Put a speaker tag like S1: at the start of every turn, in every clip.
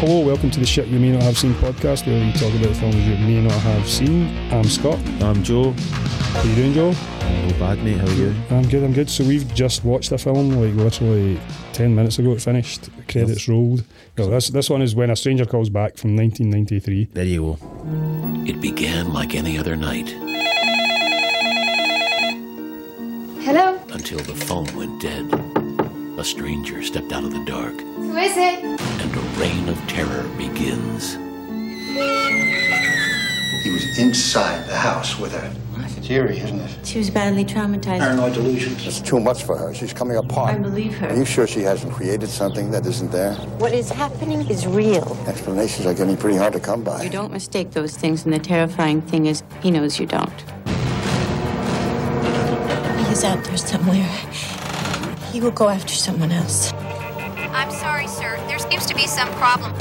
S1: Hello, welcome to the Shit You May Not Have Seen podcast, where we talk about films you may not have seen. I'm Scott.
S2: I'm Joe.
S1: How you doing, Joel?
S2: Not bad, mate. How are you?
S1: I'm good, I'm good. So we've just watched a film, like literally 10 minutes ago it finished. The credits rolled. Well, this, this one is When a Stranger Calls Back from 1993.
S2: There you go.
S3: It began like any other night
S4: Hello?
S3: until the phone went dead. A stranger stepped out of the dark,
S4: Who is it?
S3: and a reign of terror begins.
S5: He was inside the house with her. That's a theory, isn't it?
S6: She was badly traumatized.
S5: Paranoid delusions.
S7: It's too much for her. She's coming apart.
S6: I believe her.
S7: Are you sure she hasn't created something that isn't there?
S8: What is happening is real.
S7: Explanations are getting pretty hard to come by.
S6: You don't mistake those things, and the terrifying thing is, he knows you don't.
S8: He's out there somewhere. He will go after someone else.
S9: I'm sorry, sir. There seems to be some problem.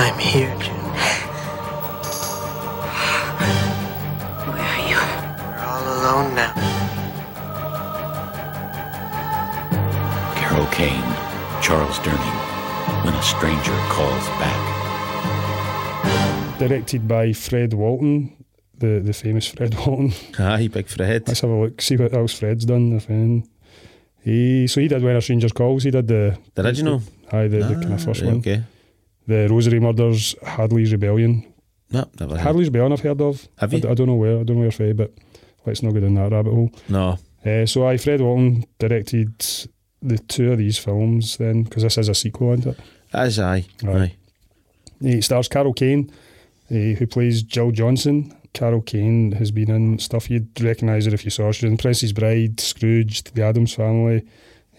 S10: I'm here, Jim.
S8: Where are you?
S10: We're all alone now.
S3: Carol Kane, Charles Durning, when a stranger calls back.
S1: Directed by Fred Walton, the, the famous Fred Walton.
S2: Aye, big Fred.
S1: Let's have a look, see what else Fred's done, if anything. He, so he did When a Stranger Calls, he did the...
S2: The original? Ah,
S1: Aye, the, the kind of first
S2: Right,
S1: one.
S2: Okay.
S1: The Rosary Murders, Hadley's Rebellion,
S2: No, never had.
S1: Harley's Beyond I've heard of.
S2: Have
S1: I-
S2: you?
S1: I, don't know where, I don't know where fae, but let's not go down that rabbit hole.
S2: No.
S1: Uh, so I, Fred Walton directed the two of these films then, because this is a sequel, isn't it?
S2: As aye. Aye.
S1: It stars Carol Kane, eh, who plays Jill Johnson. Carol Kane has been in stuff you'd recognise her if you saw her. She's in Princess Bride, Scrooged, The Adams Family,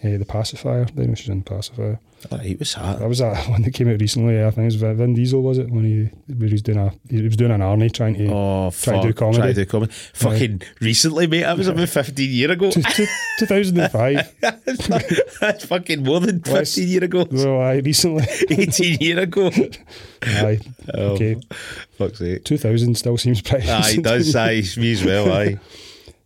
S1: eh, The Pacifier. I know she's in Pacifier.
S2: Aye, it was
S1: That
S2: hot.
S1: was that one that came out recently. I think it was Vin Vin Diesel, was it? When he, when he was doing a he was doing an Arnie trying to
S2: Oh,
S1: try
S2: fuck.
S1: to do comedy.
S2: Try to do comedy. Fucking recently, mate. That was about 15 year ago.
S1: Two- two- 2005.
S2: That's fucking more than 15
S1: Less-
S2: year ago.
S1: well, I recently.
S2: 18 year ago.
S1: Aye.
S2: Oh,
S1: Okay.
S2: Fuck's sake.
S1: 2000 still seems pretty.
S2: Aye,
S1: recent.
S2: does aye. Me as well, aye.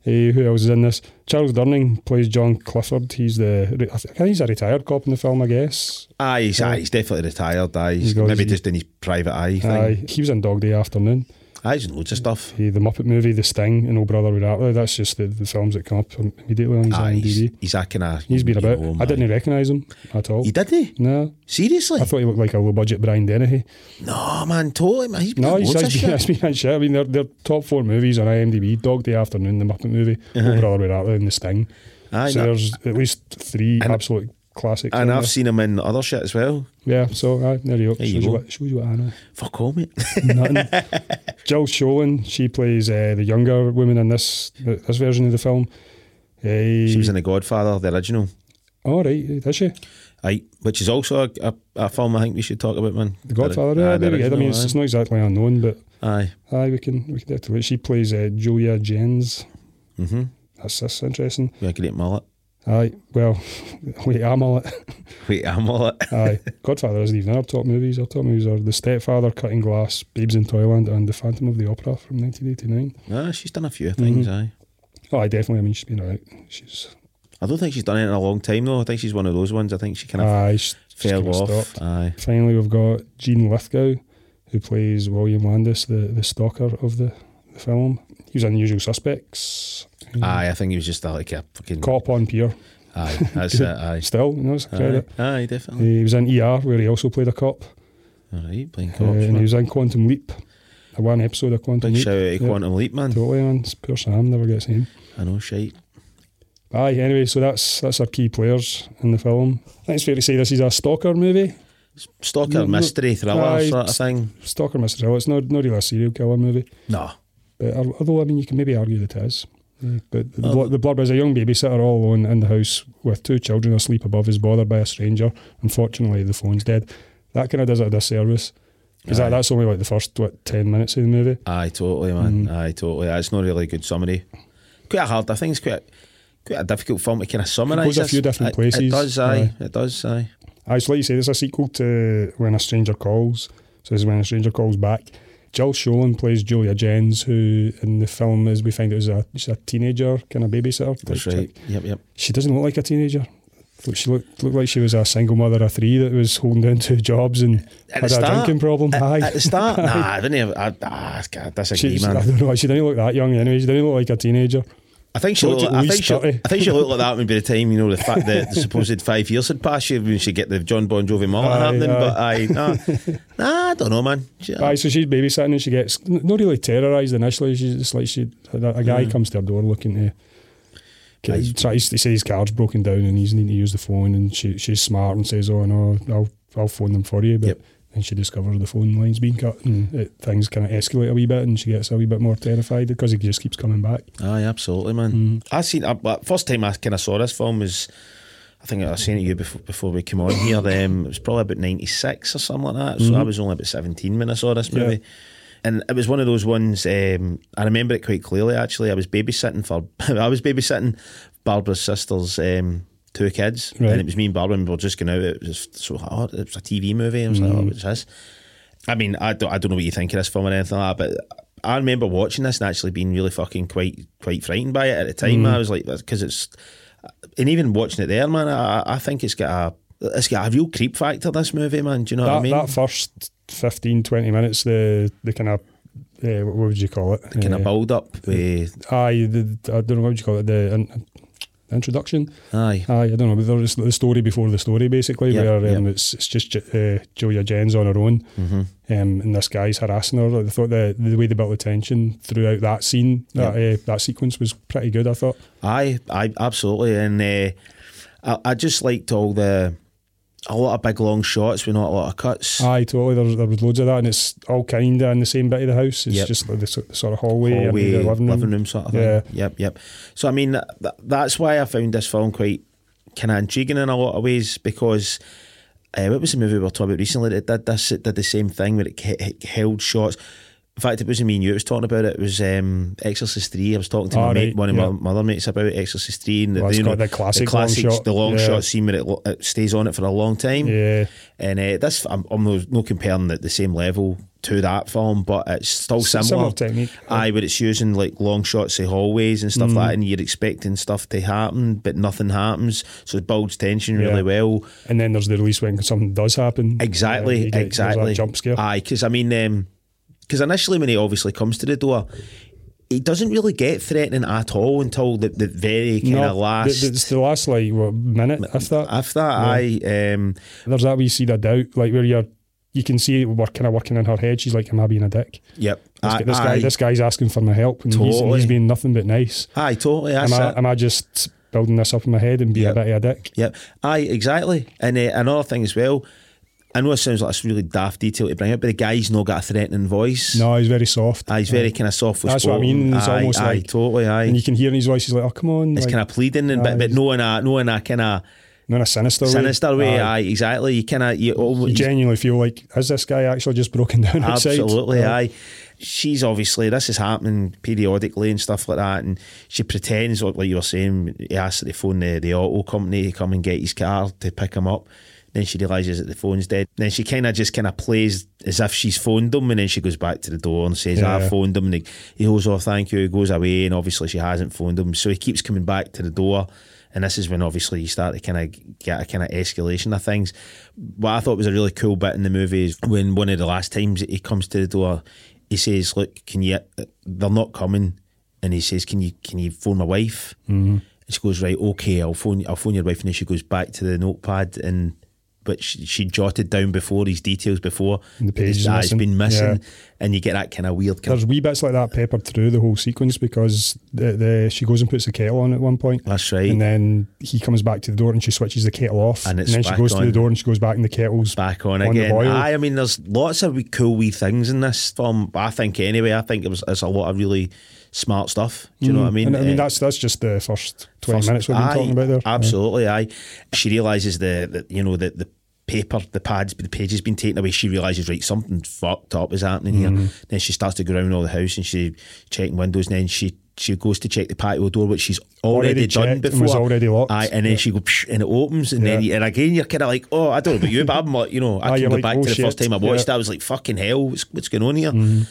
S1: Eh, who else is in this? Charles Durning plays John Clifford. He's the. I think he's a retired cop in the film, I guess.
S2: Aye, he's, aye, he's definitely retired. Aye, he's
S1: He's got
S2: maybe
S1: his-
S2: just in his private eye thing. Aye,
S1: Aye. He was in Dog Day Afternoon.
S2: he's in loads of stuff.
S1: He, the Muppet movie, The Sting, and Oh Brother Where Art Thou. That's just the, the films that come up immediately on his
S2: Aye, he's,
S1: IMDb.
S2: he's acting a.
S1: He's been about.
S2: Oh,
S1: I
S2: my.
S1: didn't recognise him at all.
S2: You did he?
S1: No.
S2: Seriously?
S1: I thought he looked like a low budget Brian Dennehy.
S2: No, man, totally, man. He's been
S1: No,
S2: no,
S1: he's,
S2: loads of
S1: he's, been,
S2: shit.
S1: he's been in shit. I mean, their, their top four movies on IMDb Dog Day Afternoon, The Muppet Movie, Oh Brother Where Art Thou, and The Sting.
S2: Aye,
S1: so
S2: no.
S1: there's at least three
S2: And-
S1: absolute classics. in
S2: And I've
S1: there.
S2: seen him in other shit as well.
S1: Yeah, so aye, there you go.
S2: There
S1: shows,
S2: you
S1: you
S2: go.
S1: what, shows you what I know.
S2: Fuck all, mate.
S1: Nothing. Jill Sholin, she plays uh, the younger woman in this this version of the film. Uh,
S2: she was in The Godfather, the original.
S1: oh, right, is she?
S2: Aye, which is also a, a, a film I think we should talk about, man.
S1: The Godfather.
S2: Aye,
S1: yeah, there we go. I
S2: original,
S1: mean, it's, it's not exactly unknown, but
S2: aye.
S1: aye, we can we can definitely. She plays uh, Julia Jens.
S2: Mm-hmm.
S1: That's that's interesting.
S2: With a great mullet.
S1: Aye, well, wait, I'm all it.
S2: Wait, a mullet.
S1: Aye, Godfather isn't even in our top movies. Our top movies are The Stepfather, Cutting Glass, Babes in Toyland, and The Phantom of the Opera from 1989.
S2: ah, she's done a few things, aye.
S1: Oh, I definitely. I mean, she's been out. She's
S2: I don't think she's done it in a long time, though. I think she's one of those ones. I think she kind of
S1: Aye, she's- she's
S2: fell
S1: Ah, kinda
S2: off.
S1: stopped.
S2: Aye.
S1: Finally, we've got Gene Lithgow, who plays William Landis, the, the stalker of the, the film. He was in Usual Suspects.
S2: Aye, I think he was just a, like a fucking.
S1: Mm. Cop on Pier,
S2: Aye, that's it, aye.
S1: still, you know, it's a
S2: Aye,
S1: credit.
S2: aye, definitely.
S1: He was in ER, where he also played a cop.
S2: Alright, playing cops.
S1: Uh, and he
S2: man.
S1: was in Quantum Leap, a one episode of Quantum
S2: Big
S1: Leap.
S2: shout out to
S1: Yeah,
S2: Quantum Leap, man.
S1: Totally, man. It's Poor Sam never gets him.
S2: I know, shite.
S1: Aye, anyway, so that's that's our key players in the film. I think it's fair to say this is a stalker movie.
S2: Stalker,
S1: No, no.
S2: mystery, thriller
S1: Aye,
S2: sort of
S1: s-
S2: thing.
S1: Stalker mystery. It's not, not really a serial killer movie.
S2: No.
S1: But al- although, I mean, you can maybe argue that it is. Yeah, But the, blur- the blurb is a young babysitter all alone in the house with two children asleep above is bothered by a stranger. Unfortunately, the phone's dead. That kind of does it a disservice. Because that, that's only like the first, what, 10 minutes of the movie.
S2: Aye, totally, man.
S1: Mm.
S2: Aye, totally. That's not really a good summary. Quite a hard, I think it's quite, quite a difficult film to kind of summarise.
S1: goes a
S2: this.
S1: few different
S2: It- It
S1: places.
S2: does, aye. It does, aye.
S1: Aye, so like you say, it's a sequel to When a Stranger Calls. So this is When a Stranger Calls Back. Jill Sholin plays Julia Jens, who in the film, as we find out, is a, she's a teenager, kind of babysitter. type
S2: That's
S1: chick.
S2: right. Yep, yep.
S1: She doesn't look like a teenager. Look, She looked, looked like she was a single mother of three that was holding down two jobs and
S2: At
S1: had
S2: the
S1: a
S2: start,
S1: drinking problem.
S2: At,
S1: Aye.
S2: at the start, nah, I didn't have. I, ah, I disagree,
S1: She, she- I
S2: man.
S1: don't know. She didn't look that young anyway. She didn't look like a teenager.
S2: I think she
S1: looked
S2: looked.
S1: at
S2: I
S1: least
S2: think she.
S1: 30.
S2: I think she looked like that maybe the time you know the fact that the supposed five years had passed. She when she get the John Bon Jovi mullet
S1: Aye,
S2: happening,
S1: aye.
S2: but I nah, nah, I don't know, man. She-
S1: Aye, so she's babysitting and she gets n- not really terrorised initially. She's just like she a, a guy comes to her door looking to.
S2: Aye.
S1: He tries to say his car's broken down and he's needing to use the phone and she she's smart and says, "Oh no, I'll I'll phone them for you." But
S2: Yep.
S1: then she discovers the phone line's been cut and it, things kind of escalate a wee bit and she gets a wee bit more terrified because he just keeps coming back.
S2: Aye, absolutely, man. I seen. I, but first time I kind of saw this film was, I think I seen it you before, before we came on here. Um, it was probably about ninety six or something like that. So I was only about seventeen when I saw this movie, and it was one of those ones. Um, I remember it quite clearly. Actually, I was babysitting for. I was babysitting Barbara's sisters. Um, Two kids,
S1: Right.
S2: and it was me and Barbara, and we were just going out. It was just so oh, it was a TV movie. and I was like, oh, what's this? I mean, I don't, I don't know what you think of this film or anything like that, but I remember watching this and actually being really fucking quite quite frightened by it at the time.
S1: Mm.
S2: I was like, because it's, and even watching it there, man, I, I think it's got a it's got a real creep factor. This movie, man, do you know what
S1: that,
S2: I mean?
S1: that first 15, 20 minutes, the the kind of uh, what would you call it?
S2: kind
S1: Uh,
S2: of build up with
S1: Aye, the, I don't know what would you call it. The, in- introduction.
S2: aye,
S1: Aye, Ah, I don't know, but there's the story before the story, basically,
S2: Yeah,
S1: where um,
S2: yeah. Mm-hmm.
S1: it's it's just Ju- uh, Julia Jens on her own, um, and this guy's harassing her. Like, I thought the the way they built the tension throughout that scene, that uh, that sequence was pretty good. I thought.
S2: aye, aye, absolutely, and uh, I, I just liked all the a lot of big long shots with not a lot of cuts.
S1: Aye, totally. There, was- there was loads of that, and it's all kind of in the same bit of the house. It's
S2: Yep.
S1: just like the, so- the sort of hallway,
S2: hallway,
S1: and the living room.
S2: sort of
S1: Yeah.
S2: thing. Yep, yep. So I mean, th- th- that's why I found this film quite kind of intriguing in a lot of ways because. Uh, what was the movie we were talking about recently that did this? It did the same thing where it, ke- it held shots. In fact, it wasn't me and you. It was talking about it. It was um, Exorcist Three. I was talking to my
S1: Ah,
S2: mate,
S1: right,
S2: one of
S1: yeah.
S2: my, my other mates about Exorcist Three and
S1: Well, it's
S2: you
S1: got the classic long shot,
S2: the long
S1: yeah.
S2: shot scene where it, lo- it stays on it for a long time.
S1: Yeah.
S2: And uh, this, I'm, I'm no, no comparing the, the same level to that film, but it's still
S1: S-
S2: similar.
S1: similar technique. Mm.
S2: Aye, but it's using like long shots of hallways and stuff like that, and you're expecting stuff to happen, but nothing happens. So it builds tension really
S1: Yeah.
S2: well.
S1: And then there's the release when something does happen.
S2: Exactly,
S1: Yeah, you get- there's that
S2: exactly.
S1: Jump scare.
S2: Aye, because I mean, because initially when he obviously comes to the door, he doesn't really get threatening at all until the, the very kind of
S1: No,
S2: last.
S1: th- It's the last like what, minute, if that.
S2: after that, I um,
S1: there's that wee seed of doubt, like where you're, you can see it work, kind of working in her head. She's like, "Am I being a dick?
S2: yep,
S1: This,
S2: I,
S1: guy- this guy, this guy's asking for my help, and he's, and he's
S2: Totally.
S1: being nothing but nice.
S2: aye, totally. That's
S1: Am I,
S2: it.
S1: am I just building this up in my head and being
S2: Yep.
S1: a bit of a dick?
S2: Yep. Aye, exactly. And uh, another thing as well, I know it sounds like it's really daft detail to bring up, but the guy's not got a threatening voice.
S1: No, he's very soft.
S2: Aye, he's very kind of soft.
S1: That's what I mean. It's
S2: aye,
S1: almost
S2: aye,
S1: like-
S2: totally. Aye,
S1: and you can hear in his voice, he's like, "Oh, come on!"
S2: it's
S1: like,
S2: kind of pleading, and
S1: aye,
S2: but, but
S1: he's-
S2: no in a no in a kind of
S1: in a sinister,
S2: sinister way. Aye,
S1: Aye.
S2: exactly. You kind of you
S1: You
S2: almost
S1: genuinely feel like, is this guy actually just broken down outside?
S2: Absolutely, aye. She's obviously this is happening periodically and stuff like that, and she pretends like like you were saying. He asks her to phone the, the auto company to come and get his car to pick him up. Then she realizes that the phone's dead. Then she kind of just kind of plays as if she's phoned him, and then she goes back to the door and says, "Ah, "I
S1: Yeah.
S2: phoned him." And he, he goes, "Oh, thank you." He goes away, and obviously she hasn't phoned him, so he keeps coming back to the door. And this is when obviously you start to kind of get a kind of escalation of things. What I thought was a really cool bit in the movie is when one of the last times he comes to the door, he says, "Look, can you? They're not coming." And he says, "Can you? Can you phone my wife?" Mm-hmm. And she goes, "Right, okay, I'll phone. I'll phone your wife." And then she goes back to the notepad and. But she, she jotted down before these details before
S1: And the page is
S2: that has
S1: missing.
S2: been missing,
S1: Yeah.
S2: and you get that kind of weird kind
S1: There's wee bits like that peppered through the whole sequence because the, the she goes and puts the kettle on at one point.
S2: That's right.
S1: And then he comes back to the door and she switches the kettle off.
S2: And it's
S1: then she
S2: back
S1: goes to
S2: on.
S1: the door and she goes back and the kettle's
S2: back on,
S1: the
S2: again.
S1: boil.
S2: Aye, I mean, there's lots of wee cool wee things in this film. I think anyway, I think it was it's a lot of really smart stuff. Do you know what I mean?
S1: Mm. And I
S2: Eh,
S1: mean that's that's just the first twenty
S2: first-
S1: minutes we've been
S2: aye,
S1: talking about there.
S2: Absolutely, aye. She realizes the, the you know the the paper, the pads, the pages been taken away. She realizes right
S1: Mm-hmm.
S2: something fucked up is happening here. Then she starts to go around all the house and she checking windows. And then she she goes to check the patio door, which she's already,
S1: Already
S2: done
S1: checked and
S2: before.
S1: was already locked.
S2: Aye, and then she goes psh, and it opens, and then
S1: Yeah.
S2: you, and again you're kind of like, oh, I don't know about you, but I'm like, you know,
S1: Aye,
S2: I can
S1: you're
S2: go
S1: like,
S2: back
S1: oh,
S2: to the
S1: shit.
S2: first time I watched.
S1: Yeah.
S2: that. I was like, fucking hell, what's, what's going on here?
S1: Mm-hmm.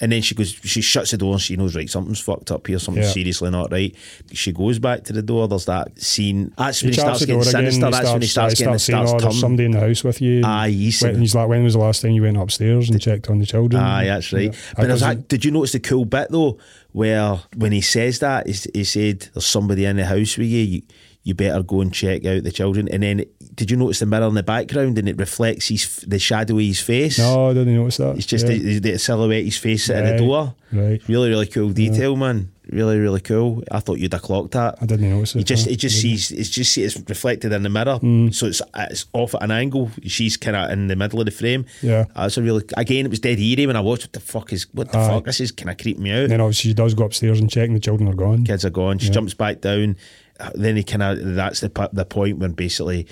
S2: And then she goes, she shuts the door and she knows, right, something's fucked up here, something's
S1: Yeah.
S2: seriously not right. She goes back to the door, there's that scene. That's when he,
S1: shuts
S2: starts getting sinister, that's when he starts getting,
S1: like,
S2: the starts
S1: saying, oh, there's
S2: turning.
S1: somebody in the house with you.
S2: Aye, he's
S1: When-
S2: seen-
S1: he's like, when was the last time you went upstairs and checked on the children?
S2: Aye, that's right.
S1: Yeah.
S2: But there's
S1: doesn't-
S2: that, did you notice the cool bit though, where when he says that, he, he said, "There's somebody in the house with you. you." You better go and check out the children. And then, did you notice the mirror in the background and it reflects his the shadow of his face?
S1: No, I didn't notice that.
S2: It's just
S1: Yeah.
S2: the, the silhouette of his face at the
S1: Right,
S2: door.
S1: right.
S2: Really, really cool detail, man. Really, really cool. I thought you'd have clocked that.
S1: I didn't notice it.
S2: You just
S1: no.
S2: it just sees it's just it's reflected in the mirror,
S1: Mm.
S2: so it's it's off at an angle. She's kind of in the middle of the frame.
S1: Yeah.
S2: that's a really again. It was dead eerie when I watched. What the fuck is what the
S1: Aye.
S2: fuck? This is kind of creeping me out.
S1: And then obviously she does go upstairs and check, and the children are gone.
S2: Kids are gone. She jumps back down. uh, Then he kind of that's the pu- the point when basically.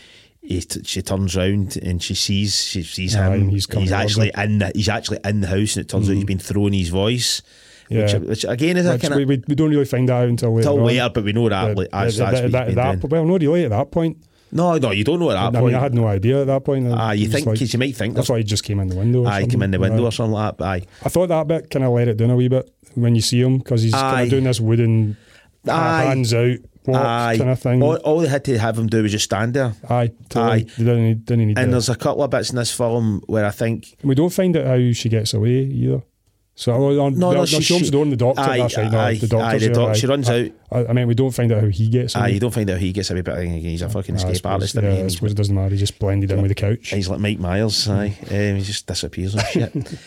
S2: He t- she turns round and she sees she sees
S1: Aye,
S2: him.
S1: and he's coming towards
S2: actually
S1: her.
S2: in the, he's actually in the house, and it turns out he's been throwing his voice,
S1: Yeah.
S2: which, which again is a
S1: Which
S2: kind of
S1: we, we, we don't really find that out until later.
S2: Till
S1: on.
S2: later, but we know that,
S1: Uh,
S2: like, that's-
S1: uh, that-
S2: that's what he's
S1: that-
S2: been
S1: that-
S2: doing.
S1: Well, no, really at that point.
S2: no, no, you don't know at that
S1: I
S2: point.
S1: mean, I had no idea at that point.
S2: Ah,
S1: I
S2: you
S1: was
S2: think- 'cause you might
S1: I
S2: think there's-
S1: thought he just came in the window. or
S2: aye, come in the
S1: something.
S2: window
S1: Aye.
S2: or something like that. Aye,
S1: I thought that bit kind of let it down a wee bit when you see him because he's kind
S2: Aye.
S1: of doing this wooden uh,
S2: Aye.
S1: hands out
S2: aye.
S1: walk kind of thing.
S2: All, all they had to have him do was just stand there.
S1: aye, totally.
S2: Aye.
S1: They didn't need, didn't need
S2: And
S1: that.
S2: there's a couple of bits in this film where I think
S1: And we don't find out how she gets away either. So oh, on,
S2: No,
S1: no,
S2: no,
S1: no,
S2: she-
S1: she opens
S2: she-
S1: the door and the doctor.
S2: aye,
S1: that's right. No,
S2: aye,
S1: the doctor.
S2: aye, the doc- she runs
S1: I,
S2: out.
S1: I, I mean, we don't find out how he gets.
S2: aye,
S1: away.
S2: you don't find out he gets away, but I think he's a fucking
S1: Mm. Ah, I
S2: escape
S1: suppose-
S2: artist. isn't he?
S1: Yeah,
S2: And
S1: I
S2: he's-
S1: suppose Mm. it doesn't matter. He just blended in with the couch.
S2: He's like Mike Myers, aye. Um, he just disappears and shit.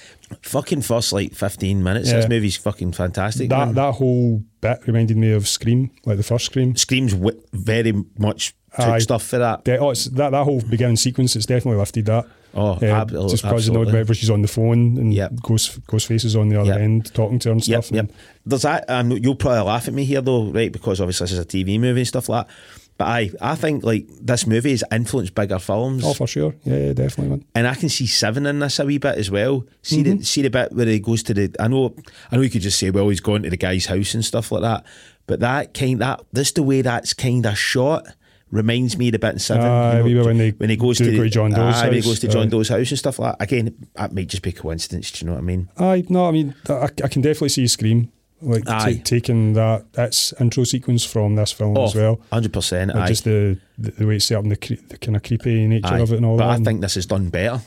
S2: fucking first like 15 minutes. This
S1: Yeah.
S2: movie's fucking fantastic. man.
S1: That that whole bit reminded me of Scream, like the first Scream.
S2: Screams wi- very much took
S1: Aye.
S2: stuff for that.
S1: De- oh, it's that that whole beginning sequence. It's definitely lifted that. Eh,
S2: Oh, ab- oh,
S1: just because you know
S2: absolutely.
S1: whenever she's on the phone and
S2: Yep.
S1: Ghost Ghostface is on the other
S2: Yep.
S1: end talking to her and
S2: Yep,
S1: stuff.
S2: yep.
S1: and
S2: There's that. Um, you'll probably laugh at me here though, right? Because obviously this is a TV movie and stuff like that. But I, I think like this movie has influenced bigger films.
S1: Oh, for sure. Yeah, yeah definitely, man.
S2: and I can see seven in this a wee bit as well. See
S1: Mm-hmm.
S2: the see the bit where he goes to the. I know, I know you could just say, well, he's gone to the guy's house and stuff like that. But that kind that this the way that's kind of shot reminds me of the bit in seven.
S1: Aye, Ah, wee bit when they
S2: when he goes
S1: do
S2: to
S1: go to John Doe's
S2: aye, when he
S1: house,
S2: goes to John
S1: aye.
S2: Doe's house and stuff like that. Again, that might just be coincidence. Do you know what I mean?
S1: Aye, no, I mean, I, I can definitely see Scream like
S2: Aye.
S1: ta- taking that its intro sequence from this film as well.
S2: Oh, hundred percent.
S1: Like
S2: Aye.
S1: just the, the the way it's set up and the, cre- the kind of creepy nature
S2: Aye.
S1: of it and all
S2: but
S1: that.
S2: I
S1: and-
S2: think this is done better.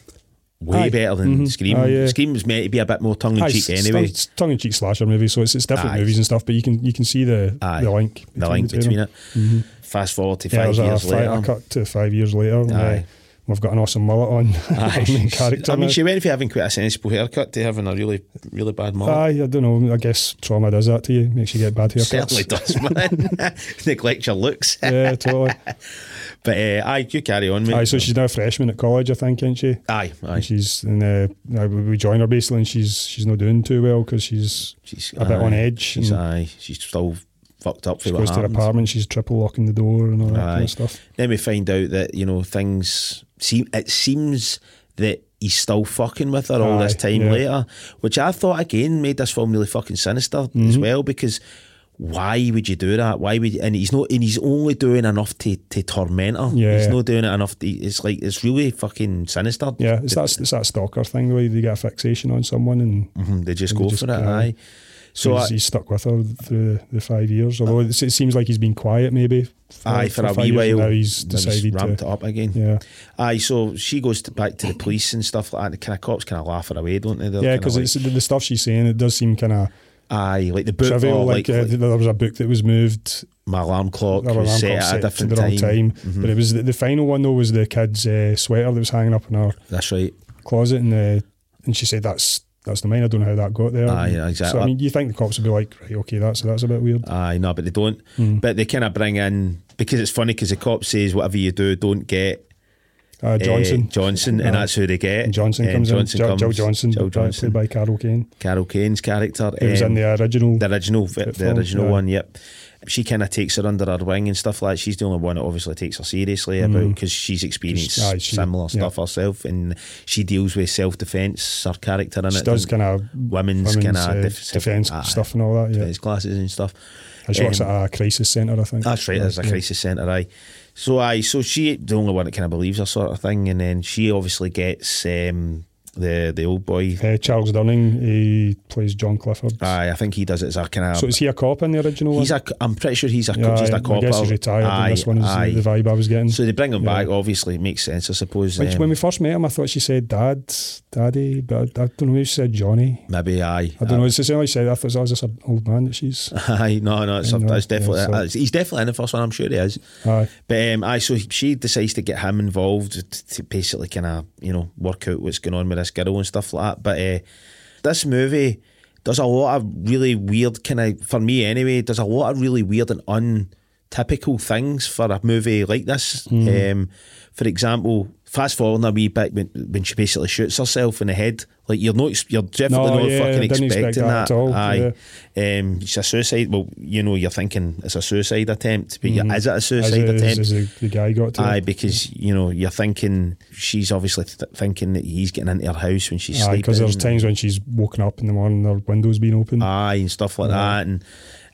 S2: Way
S1: Aye. Mm-hmm.
S2: better than Scream.
S1: Aye, yeah.
S2: Scream was meant to be a bit more tongue in
S1: Aye,
S2: cheek
S1: it's
S2: anyway.
S1: tongue- It's tongue in cheek slasher movie, so it's, it's different
S2: Aye.
S1: movies and stuff, but you can you can see the
S2: Aye.
S1: the link.
S2: The link
S1: two of them. Mm-hmm.
S2: between it. Fast forward to
S1: Yeah,
S2: five
S1: there's a-
S2: years
S1: a, fi-
S2: later.
S1: a cut to five years later. and, uh,
S2: Aye.
S1: we've got an awesome mullet on. our main character.
S2: I mean,
S1: now.
S2: she went from having quite a sensible haircut to having a really, really bad mullet.
S1: Aye, I don't know. I guess trauma does that to you. Makes you get bad haircuts.
S2: Certainly does, man. Neglect your looks.
S1: yeah, totally.
S2: But uh, aye, you carry on, mate.
S1: Aye, so she's now a freshman at college, I think, isn't she?
S2: aye, aye.
S1: She's in uh, now we we join her basically, and she's she's not doing too well because she's
S2: She's
S1: a bit on
S2: aye.
S1: edge
S2: She's
S1: and-
S2: aye. She's still fucked up for
S1: she
S2: what
S1: goes to her
S2: happened.
S1: apartment. She's triple locking the door and all that kind
S2: Aye.
S1: of stuff.
S2: Then we find out that you know things seem. It seems that he's still fucking with her all this
S1: Aye,
S2: time
S1: yeah.
S2: later, which I thought again made this film really fucking sinister as
S1: Mm-hmm.
S2: well because. Why would you do that? Why would and he's not and he's only doing enough to, to torment her.
S1: Yeah.
S2: He's not doing it enough. To, it's like it's really fucking sinister.
S1: Yeah, it's that it's that stalker thing the way they get a fixation on someone and
S2: Mhm, they just
S1: And they
S2: go
S1: just
S2: for it.
S1: go.
S2: Aye. So uh,
S1: he's,
S2: I-
S1: he's stuck with her through the, the five years. Although it's it seems like he's been quiet maybe. For,
S2: aye, for, a
S1: five
S2: wee
S1: years, and
S2: while.
S1: Now he's
S2: then
S1: decided
S2: ramped
S1: to.
S2: it up again.
S1: Yeah,
S2: Aye, so she goes to, back to the police and stuff like that. And kind of cops kind of laugh her away, don't they? They're
S1: yeah,
S2: kinda
S1: because
S2: like,
S1: it's the, the stuff she's saying. It does seem kind of
S2: aye, oh, like the book,
S1: trivial.
S2: or
S1: Like, uh, there was a book that was moved.
S2: my alarm clock
S1: Our
S2: was
S1: alarm clock
S2: set at a
S1: set to
S2: different
S1: the wrong
S2: time. Mm-hmm.
S1: time, but it was the, the final one though was the kid's uh, sweater that was hanging up in her
S2: That's right.
S1: closet, and uh, and she said that's that's the mine. I don't know how that got there.
S2: Aye, yeah,
S1: So
S2: exactly.
S1: I mean, you think the cops would be like, right, okay, that's that's a bit weird.
S2: Aye, no, but they don't.
S1: Hmm.
S2: But they kind of bring in because it's funny because the cop says whatever you do, don't get.
S1: Uh,
S2: eh,
S1: Johnson,
S2: Johnson, and
S1: Aye.
S2: that's who they get.
S1: And Johnson
S2: And
S1: comes
S2: Johnson
S1: in. Jo-
S2: comes.
S1: Joe Johnson,
S2: Joe
S1: played-
S2: Johnson.
S1: played by Carol Kane.
S2: Carol Kane's character.
S1: He was
S2: um,
S1: in the uh, original.
S2: the original, the
S1: film,
S2: original
S1: aye.
S2: one. Yep. she kind of takes her under her wing and stuff like. She's the only one that obviously takes her seriously about because she's experienced
S1: Mm. aye, she-
S2: similar
S1: yeah.
S2: stuff herself, and she deals with self defense. Her character in
S1: She
S2: it
S1: does
S2: and
S1: kind of
S2: women's, kind of
S1: defense uh, stuff and all that. Yeah,
S2: defense classes and stuff.
S1: and she works
S2: ah, Um,
S1: at a crisis centre, I think.
S2: That's right. There's a
S1: Yeah.
S2: crisis centre. Aye. So aye. So she the only one that kind of believes her sort of thing, and then she obviously gets um, the the old boy.
S1: Uh, Charles Dunning, he plays John Clifford.
S2: Aye. I think he does it as a kind of.
S1: so is he a cop in the original
S2: Ah, he's
S1: one?
S2: a. I'm pretty sure he's a.
S1: Yeah,
S2: just
S1: I-
S2: a cop.
S1: I guess he's retired. and this one is the- the vibe I was getting.
S2: So they bring him
S1: Yeah.
S2: back. Obviously, it makes sense. I suppose.
S1: Which,
S2: um,
S1: when we first met him, I thought she said dad, daddy, but I, I don't know. Maybe she said Johnny.
S2: maybe aye.
S1: I don't know. It's the same. I said I thought it was just an old man that she's.
S2: Aye, no, no, it's,
S1: I know,
S2: it's definitely
S1: yeah, so-
S2: it's- he's definitely in the first one. I'm sure he is.
S1: Aye.
S2: But um, aye, so she decides to get him involved to, to basically kind of you know work out what's going on with this girl and stuff like that. But uh, this movie does a lot of really weird kind of for me anyway. Does a lot of really weird and untypical things for a movie like this.
S1: Hmm.
S2: Um, for example, fast forwarding a wee bit when, when she basically shoots herself in the head. Like you're not, ex- you're definitely
S1: No,
S2: not
S1: yeah,
S2: fucking
S1: I didn't
S2: expecting
S1: expect that at
S2: that.
S1: all,
S2: Aye.
S1: yeah.
S2: Um, it's a suicide. Well, you know, you're thinking it's a suicide attempt, but yeah, Mm-hmm. is it a
S1: As,
S2: suicide
S1: as,
S2: attempt?
S1: as the, the guy got to.
S2: Aye, because you know you're thinking she's obviously th- thinking that he's getting into her house when she's sleeping.
S1: because there's times when she's woken up in the morning, her windows being open.
S2: aye, and stuff like that, and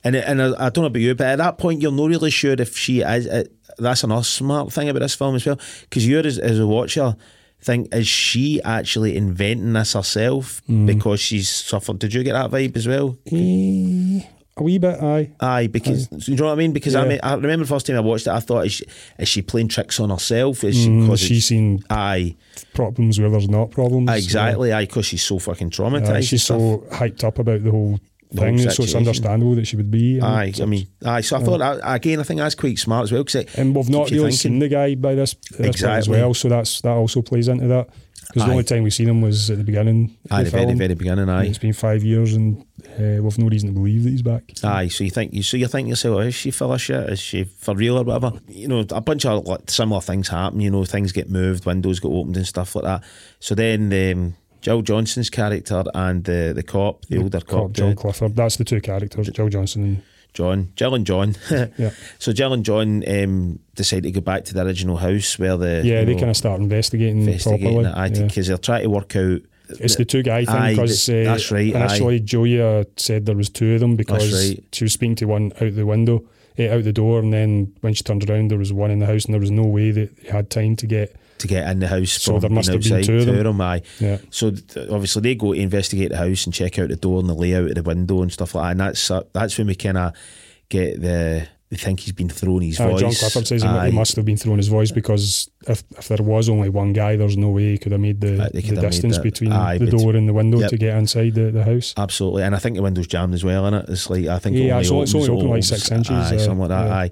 S2: and and I, I don't know about you, but at that point you're not really sure if she is. It, that's another smart thing about this film as well, because you're as, as a watcher think is she actually inventing this herself because she's suffered? Did you get that vibe as well?
S1: Eh, a wee bit, aye.
S2: Aye, because you know what I mean. Because I
S1: Yeah.
S2: mean, I remember the first time I watched it, I thought, is she, is she playing tricks on herself? Is she? Cause
S1: Mm, She's
S2: she's
S1: seen
S2: aye,
S1: problems where there's not problems.
S2: exactly. Aye, because she's so fucking
S1: Yeah.
S2: traumatized.
S1: Aye, she's
S2: and stuff.
S1: so hyped up about the whole
S2: The whole
S1: thing, so it's
S2: situation.
S1: understandable that she would be. and
S2: Aye, I
S1: such.
S2: mean, aye. So I thought I, again, I think that's quite smart as well. Cause it
S1: and we've not
S2: keeps you
S1: really
S2: thinking.
S1: seen the guy by this, this point as
S2: Exactly.
S1: well. So that's that also plays into that because
S2: Aye.
S1: the only time we've seen him was at the beginning. of
S2: Aye,
S1: the
S2: the very,
S1: film.
S2: very beginning.
S1: And
S2: Aye,
S1: It's been five years, and uh, we've no reason to believe that he's back.
S2: Aye, so you think you so you think to yourself, oh, is she full of shit? Is she for real or whatever? You know, a bunch of like, similar things happen. You know, things get moved, windows get opened and stuff like that. So then, um, Jill Johnson's character and the the cop, the older
S1: Cop
S2: cop,
S1: John
S2: dude,
S1: Clifford. That's the two characters, Joe Johnson and
S2: John, Jill and John.
S1: Yeah.
S2: So Jill and John um, decide to go back to the original house where the
S1: yeah,
S2: you
S1: they
S2: know,
S1: kind of start investigating,
S2: investigating
S1: properly.
S2: it. I
S1: yeah.
S2: think because they're trying to work out.
S1: It's the two guy thing
S2: Aye,
S1: because
S2: th-
S1: uh,
S2: that's right, aye.
S1: initially Joey uh, said there was two of them because
S2: right.
S1: she was speaking to one out the window, eh, out the door, and then when she turned around, there was one in the house, and there was no way that they had time to get.
S2: to get in the house.
S1: So
S2: from
S1: there must
S2: being
S1: have been
S2: outside
S1: two of them.
S2: aye.
S1: Yeah.
S2: So th- obviously they go to investigate the house and check out the door and the layout of the window and stuff like that. And that's uh, that's when we kind of get the they think he's been thrown his
S1: Uh,
S2: voice.
S1: John Clifford says he mu-
S2: Aye.
S1: he must have been throwing his voice because if, if there was only one guy, there's no way he could have made the,
S2: Uh, they could
S1: the
S2: have made
S1: distance
S2: that.
S1: between
S2: Aye,
S1: the
S2: bet-
S1: door and the window
S2: Yep.
S1: to get inside the, the house.
S2: Absolutely, and I think the window's jammed as well, innit? It's like I think it
S1: Yeah,
S2: only
S1: it's only- it's
S2: opens-
S1: only open like
S2: opens-
S1: six inches,
S2: aye,
S1: uh,
S2: something like that.
S1: yeah.
S2: Aye.